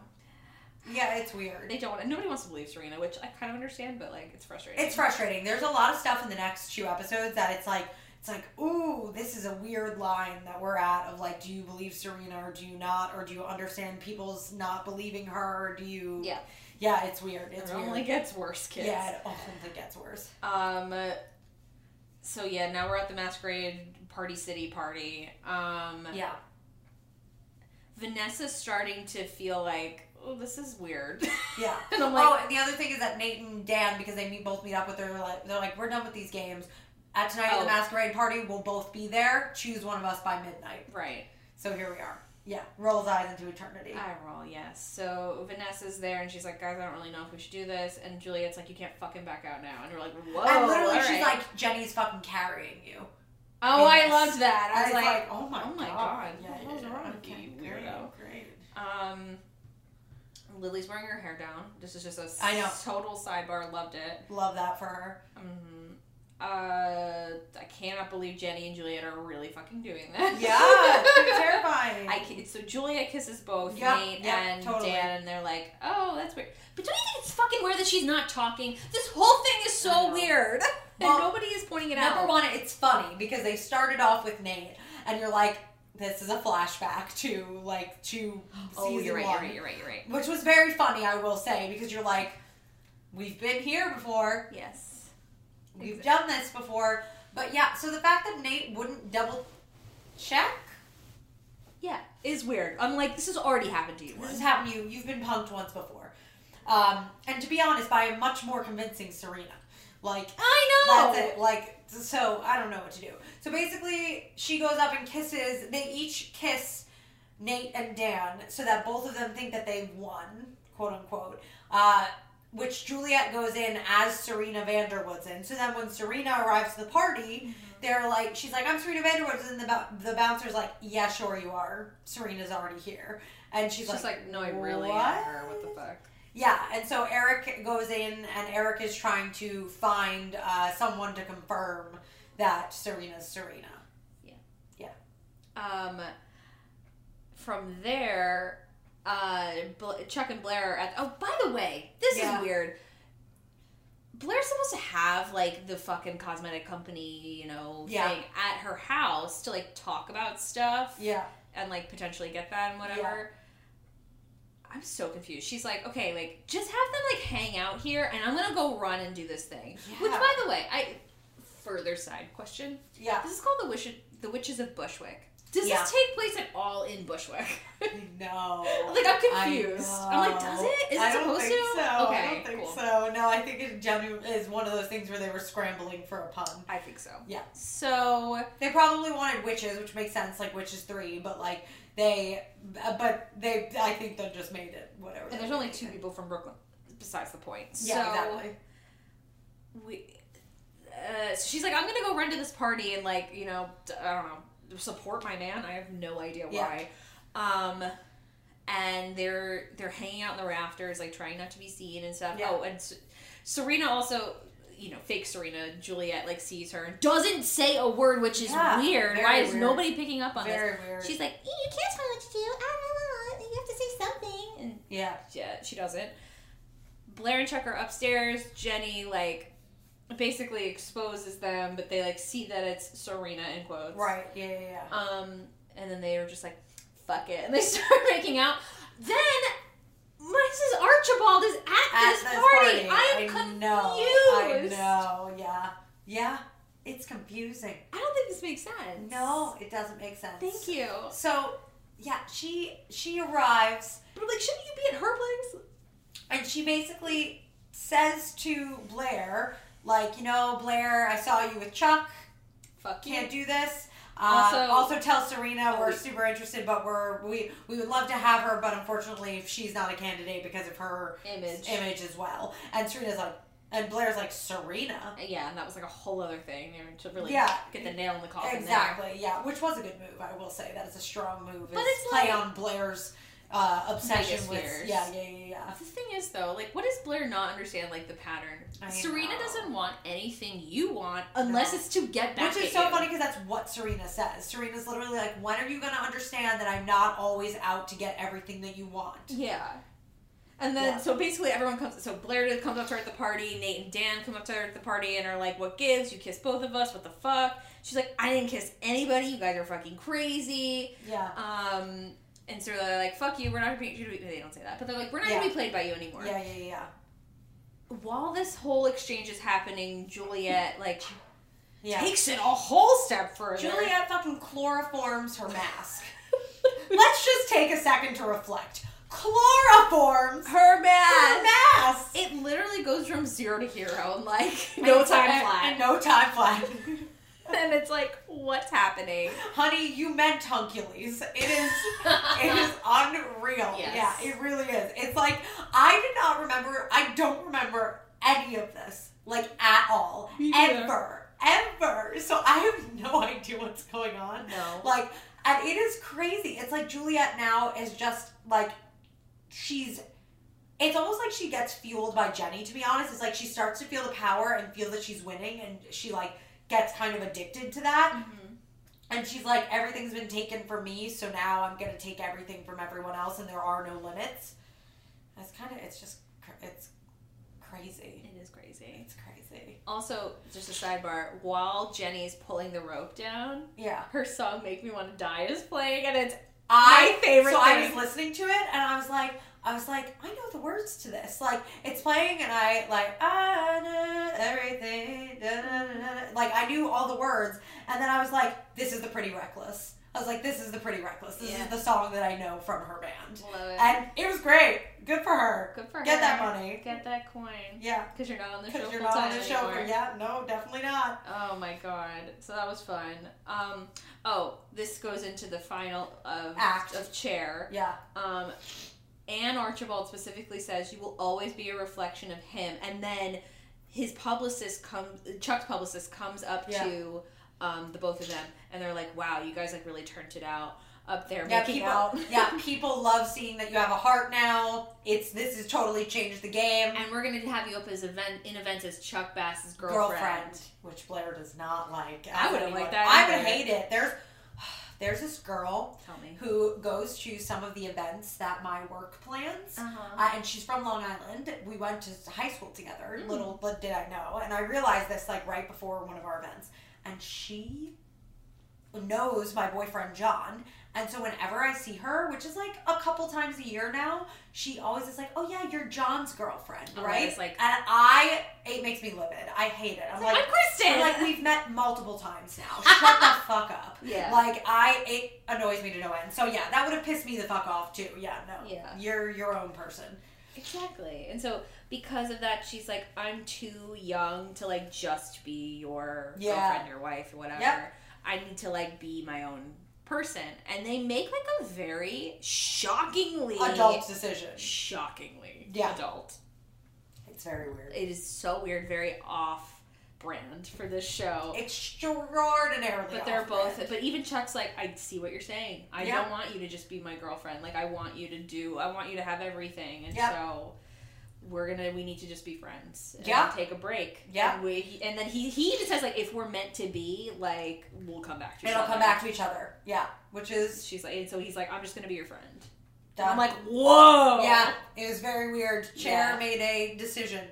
Speaker 1: yeah. It's weird.
Speaker 2: They don't want. Nobody wants to believe Serena, which I kind of understand, but like, it's frustrating.
Speaker 1: It's frustrating. There's a lot of stuff in the next two episodes that it's like it's like, ooh, this is a weird line that we're at of like, do you believe Serena or do you not, or do you understand people's not believing her? Or do you?
Speaker 2: Yeah.
Speaker 1: yeah. It's weird. It's
Speaker 2: it
Speaker 1: weird.
Speaker 2: only gets worse, kids.
Speaker 1: Yeah, it only gets worse.
Speaker 2: Um. So yeah, now we're at the masquerade party city party. Um,
Speaker 1: Yeah.
Speaker 2: Vanessa's starting to feel like, oh, this is weird.
Speaker 1: Yeah.
Speaker 2: and I'm
Speaker 1: oh,
Speaker 2: like,
Speaker 1: and the other thing is that Nate and Dan, because they meet, both meet up with her, like, they're like, we're done with these games. At tonight at
Speaker 2: Oh.
Speaker 1: the masquerade party, we'll both be there. Choose one of us by midnight.
Speaker 2: right.
Speaker 1: So here we are. Yeah. Rolls eyes into eternity.
Speaker 2: I roll yes. So Vanessa's there, and she's like, guys, I don't really know if we should do this. And Juliet's like, you can't fucking back out now. And we're like, whoa.
Speaker 1: and literally,
Speaker 2: Oh, all
Speaker 1: she's
Speaker 2: right."
Speaker 1: like, Jenny's fucking carrying you.
Speaker 2: oh, I
Speaker 1: "Yes."
Speaker 2: loved that. I was
Speaker 1: it's
Speaker 2: like,
Speaker 1: oh my,
Speaker 2: oh my God,
Speaker 1: Yeah,
Speaker 2: what the
Speaker 1: yeah,
Speaker 2: hell's
Speaker 1: yeah,
Speaker 2: wrong with
Speaker 1: okay,
Speaker 2: you,
Speaker 1: great,
Speaker 2: weirdo?
Speaker 1: Great.
Speaker 2: um, Lily's wearing her hair down. This is just a
Speaker 1: I know.
Speaker 2: total sidebar. Loved it.
Speaker 1: Love that for her.
Speaker 2: hmm Uh, I cannot believe Jenny and Juliet are really fucking doing this.
Speaker 1: Yeah. it's terrifying.
Speaker 2: I ca- so Juliet kisses both
Speaker 1: Yep,
Speaker 2: Nate
Speaker 1: yep,
Speaker 2: and
Speaker 1: totally.
Speaker 2: Dan, and they're like, "Oh, that's weird." But don't you think it's fucking weird that she's not talking? This whole thing is
Speaker 1: I
Speaker 2: so
Speaker 1: know.
Speaker 2: weird,
Speaker 1: Well,
Speaker 2: and nobody is pointing it
Speaker 1: Number
Speaker 2: out.
Speaker 1: one, it's funny because they started off with Nate, and you're like, this is a flashback to like to
Speaker 2: oh,
Speaker 1: season
Speaker 2: you're right,
Speaker 1: one,
Speaker 2: you're right, you're right, you're right.
Speaker 1: which was very funny, I will say, because you're like, we've been here before,
Speaker 2: Yes,
Speaker 1: we've
Speaker 2: Exact-
Speaker 1: done this before, but yeah. So the fact that Nate wouldn't double check,
Speaker 2: yeah, is weird. I'm like, this has already happened to you
Speaker 1: this has
Speaker 2: once.
Speaker 1: happened to you. You've been punked once before, um, and to be honest, by a much more convincing Serena, like.
Speaker 2: I
Speaker 1: That's
Speaker 2: know.
Speaker 1: it. Like, so I don't know what to do. So basically, she goes up and kisses. They each kiss Nate and Dan so that both of them think that they've won, quote unquote. Uh, which Juliet goes in as Serena Vanderwoodson. So then when Serena arrives at the party, they're like, she's like, I'm Serena Vanderwoodson. And the, bou- the bouncer's like, yeah, sure you are. Serena's already here. And she's,
Speaker 2: She's like, no, I really am her. What the fuck?
Speaker 1: yeah, and so Eric goes in, and Eric is trying to find uh, someone to confirm that Serena's Serena.
Speaker 2: Um, from there, uh, Bl- Chuck and Blair are at. Oh, by the way, this
Speaker 1: Yeah.
Speaker 2: is weird. Blair's supposed to have like the fucking cosmetic company, you know,
Speaker 1: Yeah.
Speaker 2: thing at her house to like talk about stuff
Speaker 1: Yeah,
Speaker 2: and like potentially get that and whatever. I'm so confused. She's like, okay, like just have them like hang out here, and I'm gonna go run and do this thing. Which,
Speaker 1: Yeah.
Speaker 2: by the way, I further side question.
Speaker 1: yeah,
Speaker 2: This is called the Wish the Witches of Bushwick. Does
Speaker 1: Yeah.
Speaker 2: this take place at all in Bushwick?
Speaker 1: no.
Speaker 2: like I'm confused. I'm like, does
Speaker 1: know.
Speaker 2: it? Is
Speaker 1: I
Speaker 2: it
Speaker 1: don't
Speaker 2: supposed
Speaker 1: think
Speaker 2: to?
Speaker 1: So.
Speaker 2: Okay,
Speaker 1: I don't think
Speaker 2: cool.
Speaker 1: so. No, I think it genuinely is one of those things where they were scrambling for a pun.
Speaker 2: I think so.
Speaker 1: Yeah.
Speaker 2: So
Speaker 1: They probably wanted witches, which makes sense, like witches three, but like they, uh, but they, I think they just made it whatever.
Speaker 2: and there's only two people from Brooklyn. Besides the point.
Speaker 1: Yeah,
Speaker 2: so
Speaker 1: exactly.
Speaker 2: we. Uh, so she's like, I'm gonna go run to this party and like, you know, d- I don't know, support my man. I have no idea
Speaker 1: Yeah.
Speaker 2: why. Um, and they're they're hanging out in the rafters, like trying not to be seen and stuff.
Speaker 1: Yeah.
Speaker 2: Oh, and S- Serena also, you know, fake Serena Juliet like sees her and doesn't say a word, which is
Speaker 1: Yeah,
Speaker 2: weird.
Speaker 1: very
Speaker 2: Why is
Speaker 1: weird.
Speaker 2: nobody picking up on
Speaker 1: Very weird.
Speaker 2: this? She's like, "Eh, you can't tell me what to do. I don't know. You have to say something. And
Speaker 1: yeah.
Speaker 2: yeah, she doesn't. Blair and Chuck are upstairs. Jenny like basically exposes them, but they like see that it's Serena in quotes.
Speaker 1: Right. Yeah. Yeah. yeah.
Speaker 2: Um, and then they are just like, "Fuck it," and they start making out. Then Mrs. Archibald is at,
Speaker 1: at
Speaker 2: this, party. I am confused.
Speaker 1: Know, I know. Yeah. Yeah. It's confusing.
Speaker 2: I don't think this makes sense.
Speaker 1: No, it doesn't make sense.
Speaker 2: Thank you.
Speaker 1: So, yeah, she she arrives
Speaker 2: But like, shouldn't you be at her place?
Speaker 1: and she basically says to Blair, like, you know, Blair, I saw you with Chuck.
Speaker 2: Fuck you.
Speaker 1: Can't do this. Uh,
Speaker 2: Mm-hmm. Also-
Speaker 1: also, tell Serena we're super interested, but we're we we would love to have her, but unfortunately, she's not a candidate because of her
Speaker 2: Image.
Speaker 1: image as well. And Serena's like, and Blair's like, Serena.
Speaker 2: Yeah, and that was like a whole other thing. They were to really
Speaker 1: Yeah.
Speaker 2: get the nail in the coffin
Speaker 1: Exactly. Yeah, which was a good move, I will say. That is a strong move.
Speaker 2: But
Speaker 1: is
Speaker 2: it's
Speaker 1: play
Speaker 2: like-
Speaker 1: on Blair's uh, obsession
Speaker 2: Biggest
Speaker 1: with
Speaker 2: fears.
Speaker 1: yeah, yeah, yeah, yeah.
Speaker 2: there. The thing is, though, like, what does Blair not understand? Like the pattern.
Speaker 1: I
Speaker 2: Serena
Speaker 1: know.
Speaker 2: doesn't want anything you want unless
Speaker 1: No.
Speaker 2: it's to get back.
Speaker 1: Which is
Speaker 2: at
Speaker 1: so
Speaker 2: you.
Speaker 1: funny because that's what Serena says. Serena's literally like, "When are you going to understand that I'm not always out to get everything that you want?"
Speaker 2: Yeah. And then,
Speaker 1: Yeah.
Speaker 2: so basically, everyone comes. So Blair comes up to her at the party. Nate and Dan come up to her at the party and are like, "What gives? You kissed both of us. What the fuck?" She's like, "I didn't kiss anybody. You guys are fucking crazy."
Speaker 1: Yeah,
Speaker 2: Um, and so they're like, "Fuck you. We're not going to be." They don't say that, but they're like, "We're not going to
Speaker 1: Yeah.
Speaker 2: be played by you anymore."
Speaker 1: yeah, yeah, yeah,
Speaker 2: While this whole exchange is happening, Juliet like
Speaker 1: yeah.
Speaker 2: takes it a whole step further.
Speaker 1: Juliet fucking chloroforms her mask. Let's just take a second to reflect. Chloroforms her
Speaker 2: her mask.
Speaker 1: mask.
Speaker 2: It literally goes from zero to hero in like
Speaker 1: And- and- and No time flat.
Speaker 2: and it's like, what's happening?
Speaker 1: Honey, you meant Huncules. It is it is unreal.
Speaker 2: Yes.
Speaker 1: Yeah, it really is. It's like I did not remember. I don't remember any of this, like at all,
Speaker 2: Me neither.
Speaker 1: ever, ever. So I have no idea what's going on.
Speaker 2: No.
Speaker 1: Like, and it is crazy. It's like Juliet now is just like she's. It's almost like she gets fueled by Jenny. To be honest, it's like she starts to feel the power and feel that she's winning, and she like gets kind of addicted to that.
Speaker 2: Mm-hmm.
Speaker 1: And she's like, everything's been taken from me, so now I'm gonna take everything from everyone else, and there are no limits. That's kind of it's just cr- it's crazy.
Speaker 2: It is crazy.
Speaker 1: It's crazy.
Speaker 2: Also, just a sidebar, while Jenny's pulling the rope down,
Speaker 1: Yeah,
Speaker 2: her song Make Me Wanna Die is playing and it's
Speaker 1: I
Speaker 2: favorite
Speaker 1: So I was
Speaker 2: thing.
Speaker 1: listening to it, and I was like, I was like, I know the words to this. Like it's playing, and I like I know everything. da, da, da, da, da. Like I knew all the words, and then I was like, this is the Pretty Reckless. I was like, this is the Pretty Reckless. This
Speaker 2: Yeah.
Speaker 1: is the song that I know from her band,
Speaker 2: Love it.
Speaker 1: and it was great. Good for her.
Speaker 2: Good for
Speaker 1: Get
Speaker 2: her.
Speaker 1: that money.
Speaker 2: Get that coin.
Speaker 1: Yeah.
Speaker 2: Because you're not on the show
Speaker 1: Because
Speaker 2: full
Speaker 1: you're not on
Speaker 2: time
Speaker 1: the show
Speaker 2: anymore.
Speaker 1: for yeah, no, definitely not.
Speaker 2: Oh my god. So that was fun. Um oh, this goes into the final of
Speaker 1: Act.
Speaker 2: of chair.
Speaker 1: Yeah.
Speaker 2: um, Anne Archibald specifically says you will always be a reflection of him, and then his publicist comes, Chuck's publicist comes up
Speaker 1: Yeah.
Speaker 2: to um, the both of them, and they're like, "Wow, you guys like really turned it out up there,
Speaker 1: Yeah,
Speaker 2: making
Speaker 1: people
Speaker 2: out."
Speaker 1: yeah, people love seeing that you have a heart now. It's this has totally changed the game.
Speaker 2: and we're gonna have you up as event in events as Chuck Bass's girlfriend.
Speaker 1: Girlfriend. Which Blair does not like.
Speaker 2: I
Speaker 1: as
Speaker 2: wouldn't
Speaker 1: anyone.
Speaker 2: like that
Speaker 1: I would
Speaker 2: either.
Speaker 1: hate it. There's there's this girl
Speaker 2: Tell me.
Speaker 1: who goes to some of the events that my work plans.
Speaker 2: Uh-huh.
Speaker 1: Uh, and she's from Long Island. We went to high school together.
Speaker 2: Mm.
Speaker 1: Little but did I know, and I realized this like right before one of our events. And she knows my boyfriend John, and so whenever I see her, which is like a couple times a year now, she always is like, "Oh yeah, you're John's girlfriend,
Speaker 2: Oh,
Speaker 1: right?"
Speaker 2: it's like-
Speaker 1: and I it makes me livid. I hate it. I'm
Speaker 2: Like,
Speaker 1: like.
Speaker 2: I'm Kristen.
Speaker 1: I'm like we've met multiple times now. Shut the fuck up.
Speaker 2: Yeah.
Speaker 1: Like I it annoys me to no end. So yeah, that would have pissed me the fuck off too. Yeah, no.
Speaker 2: Yeah.
Speaker 1: You're your own person.
Speaker 2: Exactly. And so because of that, she's like, I'm too young to like just be your
Speaker 1: Yeah.
Speaker 2: girlfriend, your wife, or whatever.
Speaker 1: Yep.
Speaker 2: I need to like be my own person. And they make like a very shockingly
Speaker 1: adult decision.
Speaker 2: shockingly
Speaker 1: Yeah.
Speaker 2: adult.
Speaker 1: It's very weird.
Speaker 2: It is so weird, very off brand for this show.
Speaker 1: Extraordinarily.
Speaker 2: but they're both
Speaker 1: off-brand.
Speaker 2: but even Chuck's like, I see what you're saying. I
Speaker 1: Yeah.
Speaker 2: don't want you to just be my girlfriend. Like I want you to do I want you to have everything. And
Speaker 1: Yep.
Speaker 2: so we're gonna we need to just be friends. and
Speaker 1: Yeah.
Speaker 2: Take a break.
Speaker 1: Yeah.
Speaker 2: And, we, and then he he even says like if we're meant to be, like we'll come back to each
Speaker 1: It'll
Speaker 2: other.
Speaker 1: come back to each other. Yeah, which is
Speaker 2: She's like and so he's like, I'm just gonna be your friend. And
Speaker 1: done.
Speaker 2: I'm like, Whoa
Speaker 1: yeah, it was very weird. Chair
Speaker 2: Oh Yeah.
Speaker 1: made a decision.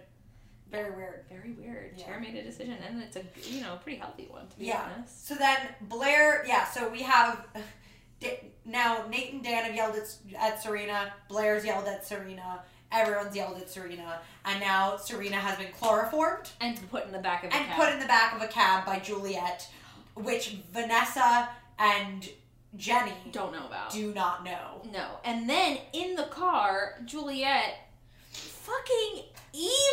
Speaker 1: Very weird.
Speaker 2: Very weird.
Speaker 1: Yeah.
Speaker 2: Chair made a decision and it's a you know, pretty healthy one to be
Speaker 1: Yeah.
Speaker 2: honest.
Speaker 1: So then Blair, yeah. So we have D- now Nate and Dan have yelled at, at Serena. Blair's yelled at Serena. Everyone's yelled at Serena, and now Serena has been chloroformed.
Speaker 2: And put in the back of the
Speaker 1: and
Speaker 2: cab.
Speaker 1: put in the back of a cab by Juliet, which Vanessa and Jenny
Speaker 2: don't know about.
Speaker 1: do not know.
Speaker 2: No. And then in the car, Juliet fucking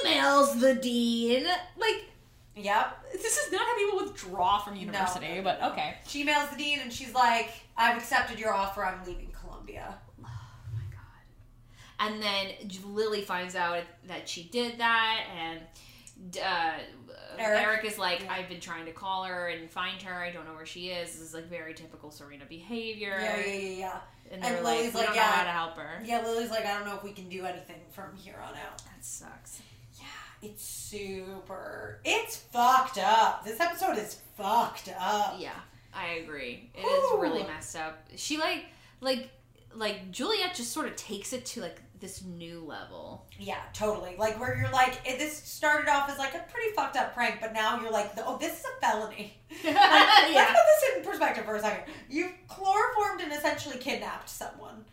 Speaker 2: emails the dean. Like,
Speaker 1: Yep.
Speaker 2: This is not how people withdraw from university, but okay.
Speaker 1: She emails the dean and she's like, I've accepted your offer. I'm leaving Columbia.
Speaker 2: Oh my god. And then Lily finds out that she did that, and uh, Eric.
Speaker 1: Eric.
Speaker 2: is like,
Speaker 1: Yeah.
Speaker 2: I've been trying to call her and find her. I don't know where she is. This is like very typical Serena behavior.
Speaker 1: Yeah, yeah, yeah, yeah. And
Speaker 2: And they're like,
Speaker 1: Lily's
Speaker 2: we
Speaker 1: like,
Speaker 2: don't know
Speaker 1: yeah.
Speaker 2: how to help her.
Speaker 1: Yeah, Lily's like, I don't know if we can do anything from here on out.
Speaker 2: That sucks.
Speaker 1: Yeah, it's super. It's fucked up. This episode is fucked up.
Speaker 2: Yeah, I agree. It is
Speaker 1: Whew.
Speaker 2: really messed up. She like, like, like Juliet just sort of takes it to like this new level.
Speaker 1: Yeah, totally. Like where you're like, it, this started off as like a pretty fucked up prank, but now you're like, oh, this is a felony. Like, Let's
Speaker 2: yeah.
Speaker 1: put this in perspective for a second. You've chloroformed and essentially kidnapped someone.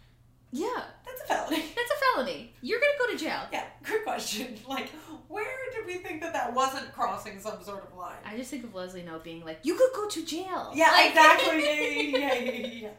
Speaker 2: Yeah.
Speaker 1: That's a felony.
Speaker 2: That's a felony. You're gonna go to jail.
Speaker 1: Yeah, good question. Like, where did we think that that wasn't crossing some sort of line?
Speaker 2: I just think of Leslie now being like, "You could go to jail."
Speaker 1: Yeah,
Speaker 2: Like-
Speaker 1: exactly. Yeah, yeah, yeah, yeah, yeah.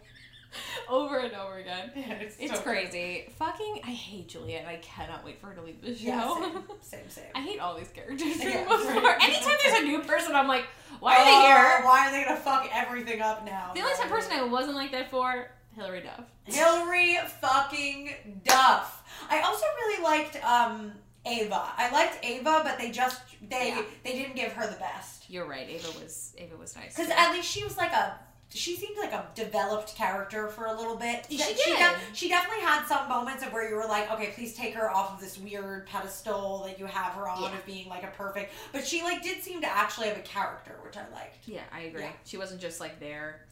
Speaker 2: over and over again.
Speaker 1: yeah. It's,
Speaker 2: It's
Speaker 1: so-
Speaker 2: crazy. Fucking, I hate Juliet. and I cannot wait for her to leave the show.
Speaker 1: Yeah, same, same, same.
Speaker 2: I hate all these characters. for
Speaker 1: Yeah,
Speaker 2: the most
Speaker 1: right.
Speaker 2: part. Anytime there's a new person, I'm like, why are they
Speaker 1: Oh,
Speaker 2: here?
Speaker 1: Why are they gonna fuck everything up now?
Speaker 2: The only time person I wasn't like that for, Hillary Duff.
Speaker 1: Hillary fucking Duff. I also really liked um Ava. I liked Ava, but they just they
Speaker 2: Yeah.
Speaker 1: they didn't give her the best.
Speaker 2: You're right. Ava was Ava was nice.
Speaker 1: Because at least she was like a she seemed like a developed character for a little bit.
Speaker 2: She
Speaker 1: She,
Speaker 2: did.
Speaker 1: def- she definitely had some moments of where you were like, okay, please take her off of this weird pedestal that you have her on
Speaker 2: Yeah.
Speaker 1: of being like a perfect. But she like did seem to actually have a character, which I liked.
Speaker 2: yeah, I agree.
Speaker 1: Yeah.
Speaker 2: She wasn't just like there.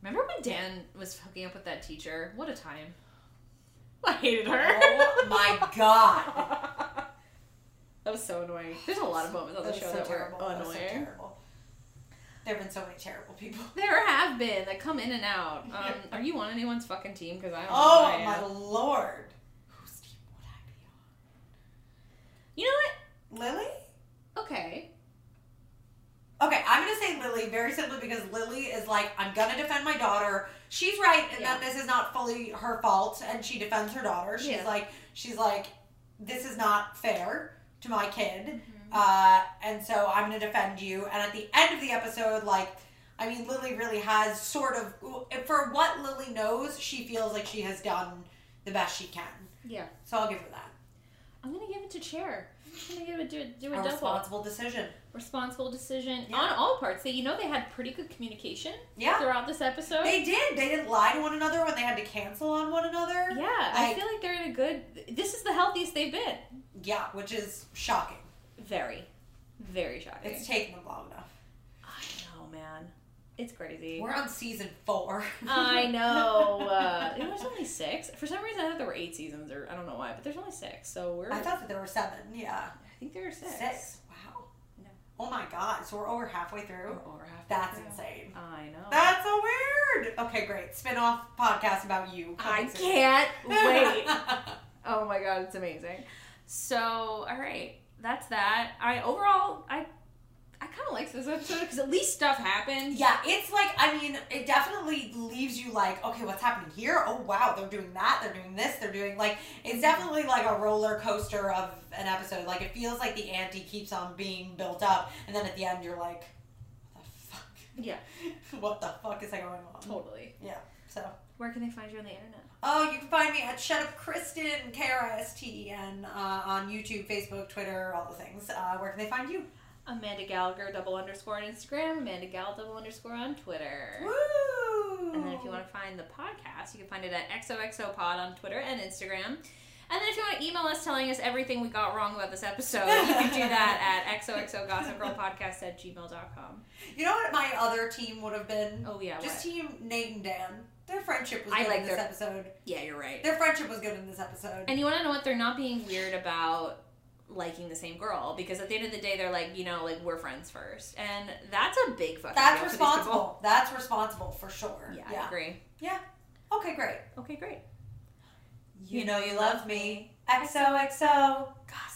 Speaker 2: Remember when Dan was hooking up with that teacher? What a time. I hated her.
Speaker 1: Oh my god.
Speaker 2: That was so annoying. There's a lot of moments on Oh, the
Speaker 1: Oh. That was
Speaker 2: show
Speaker 1: so
Speaker 2: that were
Speaker 1: terrible. That was so
Speaker 2: annoying.
Speaker 1: terrible. There have been so many terrible people.
Speaker 2: There have been that come in and out. Um,
Speaker 1: Yeah.
Speaker 2: Are you on anyone's fucking team? Because I don't. know
Speaker 1: Oh
Speaker 2: who I
Speaker 1: my
Speaker 2: am.
Speaker 1: lord. Whose team would I
Speaker 2: You know
Speaker 1: be on? Lily?
Speaker 2: what? Okay.
Speaker 1: Okay, I'm gonna say Lily very simply because Lily is like, I'm gonna defend my daughter. She's right in that this is not fully her fault, and she defends her daughter. She's
Speaker 2: Yeah.
Speaker 1: like, she's like, this is not fair to my kid,
Speaker 2: Mm-hmm.
Speaker 1: uh, and so I'm gonna defend you. And at the end of the episode, like, I mean, Lily really has sort of, for what Lily knows, she feels like she has done the best she can.
Speaker 2: Yeah.
Speaker 1: So I'll give her that.
Speaker 2: I'm gonna give it to Chair. I'm gonna give it to do a
Speaker 1: A
Speaker 2: double
Speaker 1: responsible decision.
Speaker 2: responsible decision
Speaker 1: Yeah.
Speaker 2: on all parts. They, you know, they had pretty good communication
Speaker 1: Yeah.
Speaker 2: throughout this episode.
Speaker 1: They did. They didn't lie to one another when they had to cancel on one another.
Speaker 2: yeah, I
Speaker 1: Like-
Speaker 2: feel like they're in a good. This is the healthiest they've been.
Speaker 1: Yeah, which is shocking.
Speaker 2: Very, very shocking.
Speaker 1: It's taken them long enough.
Speaker 2: I know, man. It's crazy.
Speaker 1: We're on season four.
Speaker 2: I know. Uh, you know, there's only six. For some reason, I thought there were eight seasons, or I don't know why, but there's only six. So we're.
Speaker 1: I thought that there were seven. Yeah.
Speaker 2: I think there are six.
Speaker 1: Wow.
Speaker 2: No. Oh.
Speaker 1: Oh my god. So we're over halfway through.
Speaker 2: Or- or half
Speaker 1: That's
Speaker 2: the-
Speaker 1: insane.
Speaker 2: I know.
Speaker 1: That's so weird. Okay, great. Spin off podcast about you.
Speaker 2: I
Speaker 1: coming soon.
Speaker 2: can't wait. oh my god, it's amazing. So, all right, that's that. I overall, I, I kind of liked this episode because at least stuff happened.
Speaker 1: yeah, it's like, I mean, it definitely leaves you like, okay, what's happening here? Oh, wow, they're doing that, they're doing this, they're doing like, it's definitely like a roller coaster of an episode. Like, it feels like the ante keeps on being built up, and then at the end, you're like, what the fuck?
Speaker 2: Yeah,
Speaker 1: what the fuck is going on?
Speaker 2: totally.
Speaker 1: So,
Speaker 2: Where can they find you on the internet?
Speaker 1: oh, you can find me at Shut Up Kristen, K R I S T E N, uh, on YouTube, Facebook, Twitter, all the things. Uh, where can they find you?
Speaker 2: Amanda Gallagher double underscore on Instagram. Amanda Gal double underscore on Twitter.
Speaker 1: Woo!
Speaker 2: And then if you want to find the podcast, you can find it at XOXOPod on Twitter and Instagram. And then if you want to email us telling us everything we got wrong about this episode, you can do that at XOXOGossipGirlPodcast at gmail.com.
Speaker 1: You know what my other team would have been?
Speaker 2: Oh, yeah.
Speaker 1: Just
Speaker 2: what?
Speaker 1: team Nate and Dan. Their friendship was
Speaker 2: I
Speaker 1: good
Speaker 2: like
Speaker 1: in this
Speaker 2: their-
Speaker 1: episode.
Speaker 2: Yeah, you're right.
Speaker 1: Their friendship was good in this episode.
Speaker 2: And you want to know what? They're not being weird about liking the same girl because at the end of the day, they're like, you know, like we're friends first. And that's a big fucking
Speaker 1: That's
Speaker 2: deal for these
Speaker 1: responsible. That's responsible for sure.
Speaker 2: people.
Speaker 1: Yeah.
Speaker 2: Yeah, I agree.
Speaker 1: Okay, great.
Speaker 2: Okay, great.
Speaker 1: You know you love me. XOXO.
Speaker 2: Gossip.